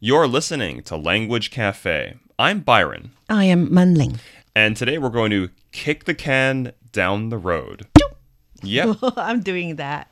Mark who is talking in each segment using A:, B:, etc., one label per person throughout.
A: You're listening to Language Cafe. I'm Byron,
B: I am Manling.
A: and today we're going to kick the can down the road. Yep.
B: Oh, I'm doing that.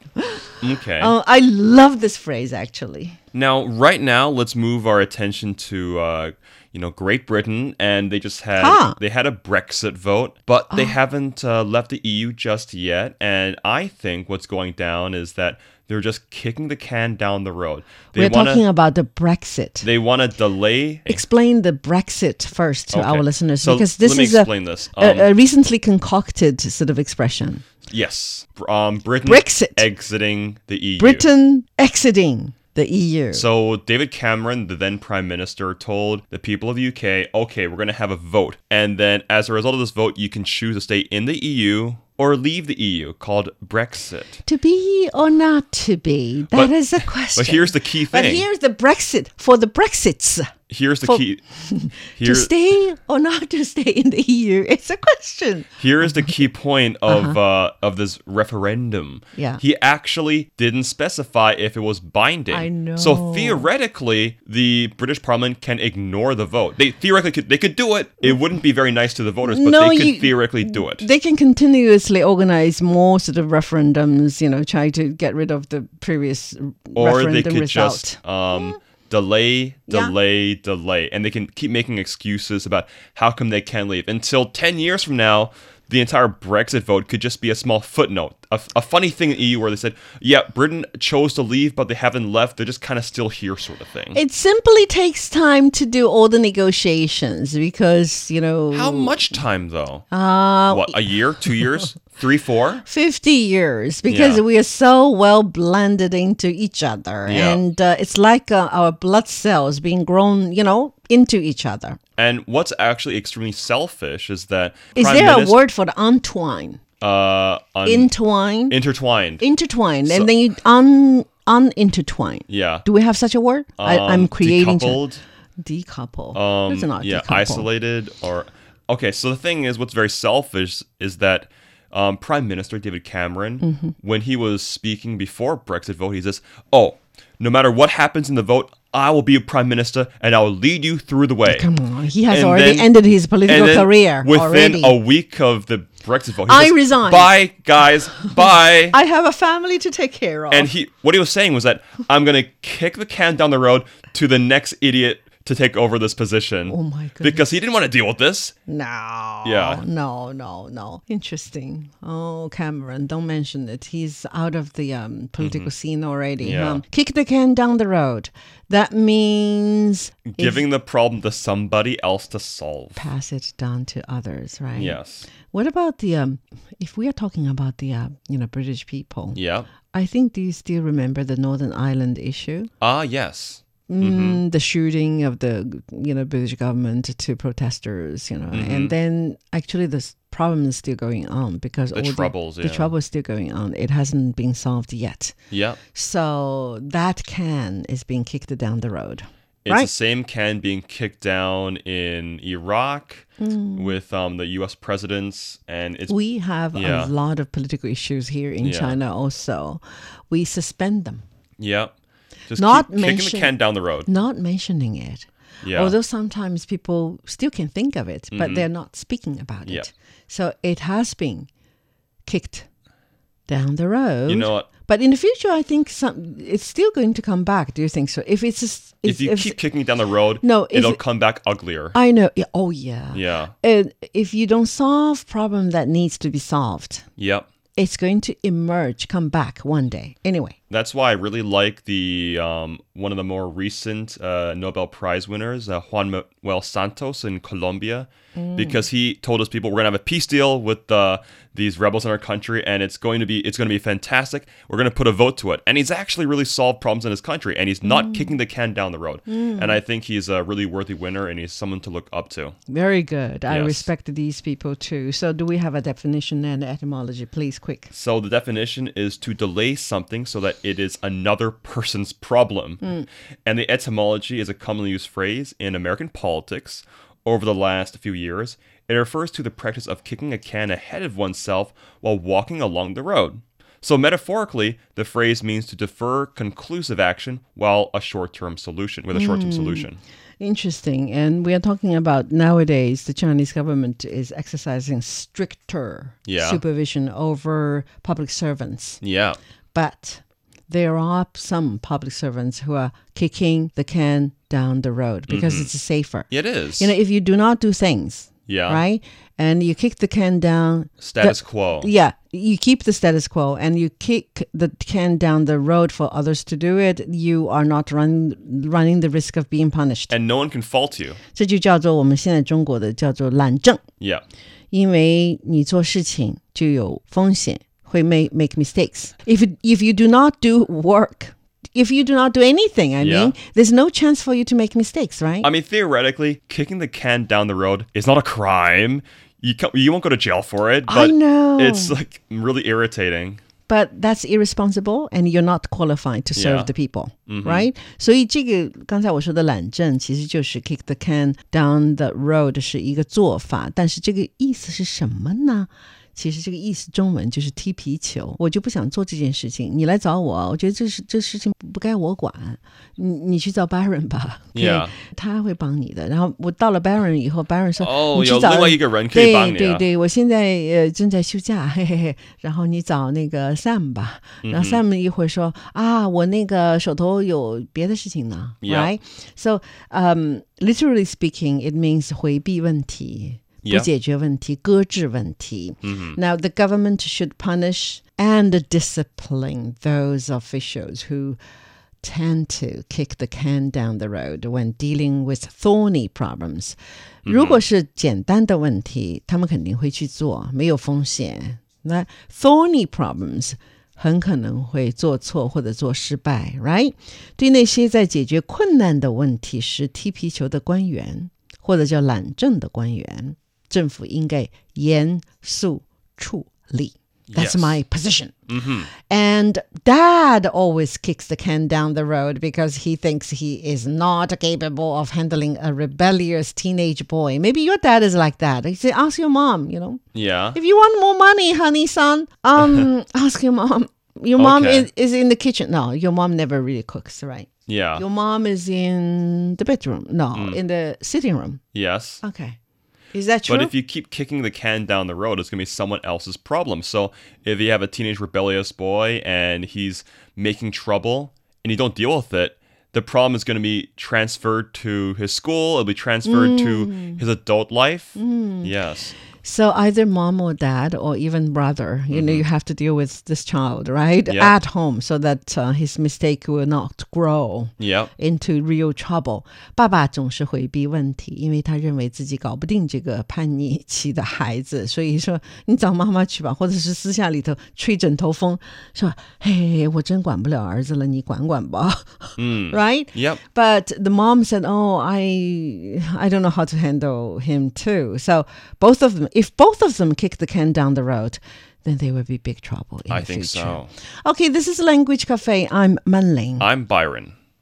A: Okay.
B: Oh, I love this phrase actually.
A: Now, right now, let's move our attention to uh, you know Great Britain, and they just had
B: Huh. Oh.
A: they had a Brexit vote, but they haven't uh, left the EU just yet. And I think what's going down is that they're just kicking the can down the road. They
B: We're
A: wanna
B: talking about the Brexit.
A: they want to delay.
B: explain the Brexit first to
A: Okay.
B: our listeners
A: So
B: because this
A: let me
B: is
A: explain
B: a,
A: this.
B: a-
A: Um,
B: a recently concocted sort of expression.
A: Yes, Br- um, Britain
B: Brexit.
A: exiting the EU.
B: Britain exiting the E EU.
A: So David Cameron, the then prime minister, told the people of the UK, "Okay, we're going to have a vote, and then as a result of this vote, you can choose to stay in the EU or leave the EU, called Brexit."
B: to be or not to be? That
A: But-
B: is the question.
A: But here's the key
B: But
A: thing.
B: here's the Brexit for the Brexits.
A: here's the
B: for-
A: key.
B: To
A: Here,
B: stay or not to stay in the EU? It's a question.
A: here is the key point of uh, of this referendum.
B: Uh-huh. Yeah.
A: he actually didn't specify if it was binding.
B: I know.
A: So theoretically, the British Parliament can ignore the vote. They theoretically could. They could do it. It wouldn't be very nice to the voters, but
B: No,
A: they could
B: you-
A: theoretically do it.
B: They can continuously organize more sort of referendums, you know, try to get rid of the previous r-
A: or
B: referendum
A: they could
B: result.
A: just um, delay,
B: Yeah.
A: delay, delay, and they can keep making excuses about how come they can leave until ten years from now. The entire Brexit vote could just be a small footnote, a, a funny thing in the EU where they said, "Yeah, Britain chose to leave, but they haven't left. They're just kind of still here," sort of thing.
B: It simply takes time to do all the negotiations because, you know,
A: How much time though?
B: Uh,
A: what a year, two years, three, four?
B: 50 years because
A: Yeah.
B: we are so well blended into each other.
A: Yeah.
B: And uh, it's like uh, our blood cells being grown, you know, into each other.
A: And what's actually extremely selfish is that
B: Is
A: Prime
B: there
A: Minis-
B: a word for the entwine?
A: uh, un-
B: Entwine?
A: intertwined?
B: intertwine. and then you un, unintertwine.
A: yeah,
B: Do we have such a word? I, I'm
A: Um,
B: creating. to-
A: decoupled.
B: decouple.
A: Um,
B: That's not
A: yeah,
B: decouple.
A: isolated or okay. So the thing is, what's very selfish is that um, Prime Minister David Cameron,
B: Mm-hmm.
A: when he was speaking before Brexit vote, he says, "Oh, no matter what happens in the vote, I will be prime minister and I will lead you through the way."
B: Come on, he has
A: And
B: already
A: then-
B: ended his political
A: and then
B: career
A: within
B: already.
A: a week of the Brexit vote, he
B: I
A: says,
B: resign.
A: Bye, guys. Bye.
B: I have a family to take care of.
A: and he, what he was saying was that I'm gonna kick the can down the road to the next idiot to take over this position. Oh
B: my goodness.
A: Because he didn't want to deal with this.
B: no.
A: Yeah.
B: No, no, no. Interesting. Oh, Cameron, don't mention it. He's out of the um, political scene already.
A: Mm-hmm. Yeah.
B: huh? Kick the can down the road. That means
A: giving the problem to somebody else to solve.
B: pass it down to others, right?
A: Yes.
B: What about the um? If we are talking about the uh, you know British people,
A: Yeah.
B: I think do you still remember the Northern Ireland issue?
A: Ah, yes. Mm-hmm.
B: mm, the shooting of the you know British government to protesters, you know,
A: Mm-hmm.
B: and then actually this problem is still going on because all
A: troubles,
B: the,
A: yeah.
B: the trouble is still going on. It hasn't been solved yet,
A: Yeah.
B: so that can is being kicked down the road.
A: It's the
B: Right.
A: same can being kicked down in Iraq
B: Hmm.
A: with um, the U.S. presidents, and it's
B: We have
A: Yeah.
B: a lot of political issues here in
A: Yeah.
B: China. Also, we suspend them,
A: yeah, just keep
B: Not
A: kicking the
B: mention-
A: can down the road.
B: not mentioning it.
A: Yeah, Mm-hmm.
B: Although sometimes people still can think of it, but they're not speaking about
A: Yeah.
B: it. So it has been kicked down the road.
A: you know what?
B: but in the future, I think some it's still going to come back. Do you think so? If it's just,
A: If you keep kicking it down the road,
B: No, if
A: it'll
B: it-
A: come back uglier.
B: I know. yeah, Oh yeah.
A: yeah.
B: And if you don't solve problem that needs to be solved,
A: Yep.
B: it's going to emerge, come back one day. Anyway,
A: That's why I really like the um, one of the more recent uh, Nobel Prize winners, uh, Juan Manuel Santos in Colombia, because he told his people we're gonna have a peace deal with uh, these rebels in our country, and it's going to be it's going to be fantastic. We're gonna put a vote to it, and he's actually really solved problems in his country, and he's not kicking the can down the road. And I think he's a really worthy winner, and he's someone to look up to.
B: very good. I
A: Yes.
B: respect these people too. So, do we have a definition and etymology, please, quick?
A: So the definition is to delay something so that it is another person's problem.
B: Hmm.
A: And the etymology is a commonly used phrase in American politics over the last few years. It refers to the practice of kicking a can ahead of oneself while walking along the road. So, metaphorically, the phrase means to defer conclusive action while a short-term solution with a
B: Hmm.
A: short-term solution.
B: Interesting. And we are talking about nowadays the Chinese government is exercising stricter
A: Yeah.
B: supervision over public servants.
A: Yeah.
B: But there are some public servants who are kicking the can down the road because
A: Mm-hmm.
B: it's safer.
A: It is.
B: You know, if you do not do things,
A: yeah.
B: right? And you kick the can down,
A: Status quo.
B: yeah, you keep the status quo and you kick the can down the road for others to do it. You are not run, running the risk of being punished.
A: And no one can fault you.
B: 这就叫做我们现在中国的叫做懒政，
A: Yeah.
B: 因为你做事情就有风险，会 make make mistakes. If you- if you do not do work, if you do not do anything, I
A: Yeah.
B: mean, there's no chance for you to make mistakes, right?
A: I mean, theoretically, kicking the can down the road is not a crime. You can you won't go to jail for it.
B: I
A: But
B: know.
A: It's like really irritating.
B: But that's irresponsible, and you're not qualified to
A: Yeah. Mm-hmm.
B: serve the people, right? 所以这个刚才我说的懒政，其实就是 kick the can down the road 是一个做法，但是这个意思是什么呢？其实这个意思中文就是踢皮球，我就不想做这件事情，你来找我，我觉得这是这事情不该我管，你你去找 Baron 吧 o k
A: Yeah.
B: 他会帮你的。然后我到了 Baron 以后，Baron 说，
A: 哦
B: 你去
A: 有
B: 找
A: 另外一个人可以帮你啊
B: 对对对，我现在呃正在休假，嘿嘿嘿。然后你找那个 Sam 吧，然后 Sam 一会儿说啊，我那个手头有别的事情呢
A: Yeah.
B: ，right? So, um, literally speaking, it means 回避问题。不
A: Yeah.
B: 解决问题，搁置问题。Now the government should punish and discipline those officials who tend to kick the can down the road when dealing with thorny problems. 如果是简单的问题，他们肯定会去做，没有风险。那 thorny problems 很可能会做错或者做失败，right？对那些在解决困难的问题时踢皮球的官员，或者叫懒政的官员，政府应该严肃处理。That's
A: Yes.
B: my position. And dad always kicks the can down the road because he thinks he is not capable of handling a rebellious teenage boy. Maybe your dad is like that. He say, ask your mom, you know.
A: Yeah.
B: If you want more money, honey, son, um, ask your mom. Your mom
A: Okay.
B: is, is in the kitchen. No, your mom never really cooks, right?
A: Yeah.
B: Your mom is in the bedroom. No, in the sitting room.
A: Yes.
B: Okay. Is that true?
A: Hmm. But if you keep kicking the can down the road, it's going to be someone else's problem. So if you have a teenage rebellious boy and he's making trouble and you don't deal with it, the problem is going to be transferred to his school. It'll be transferred to
B: Mm.
A: his adult life. Yes.
B: So either mom or dad or even brother, you
A: Mm-hmm.
B: know, you have to deal with this child, right?
A: Yep.
B: At home so that uh, his mistake will not grow
A: Yep.
B: into real trouble. 爸爸总是回避问题，因为他认为自己搞不定这个叛逆期的孩子，所以说你找妈妈去吧，或者是私下里头吹枕头风，说嘿，我真管不了儿子了，你管管吧。 嗯，right？
A: Yep.
B: But the mom said, "Oh, I I don't know how to handle him too." So both of them, if both of them kick the can down the road, then they will be big trouble. In
A: I
B: the
A: think so.
B: future. Okay, this is Language Cafe. I'm Manling.
A: I'm Byron.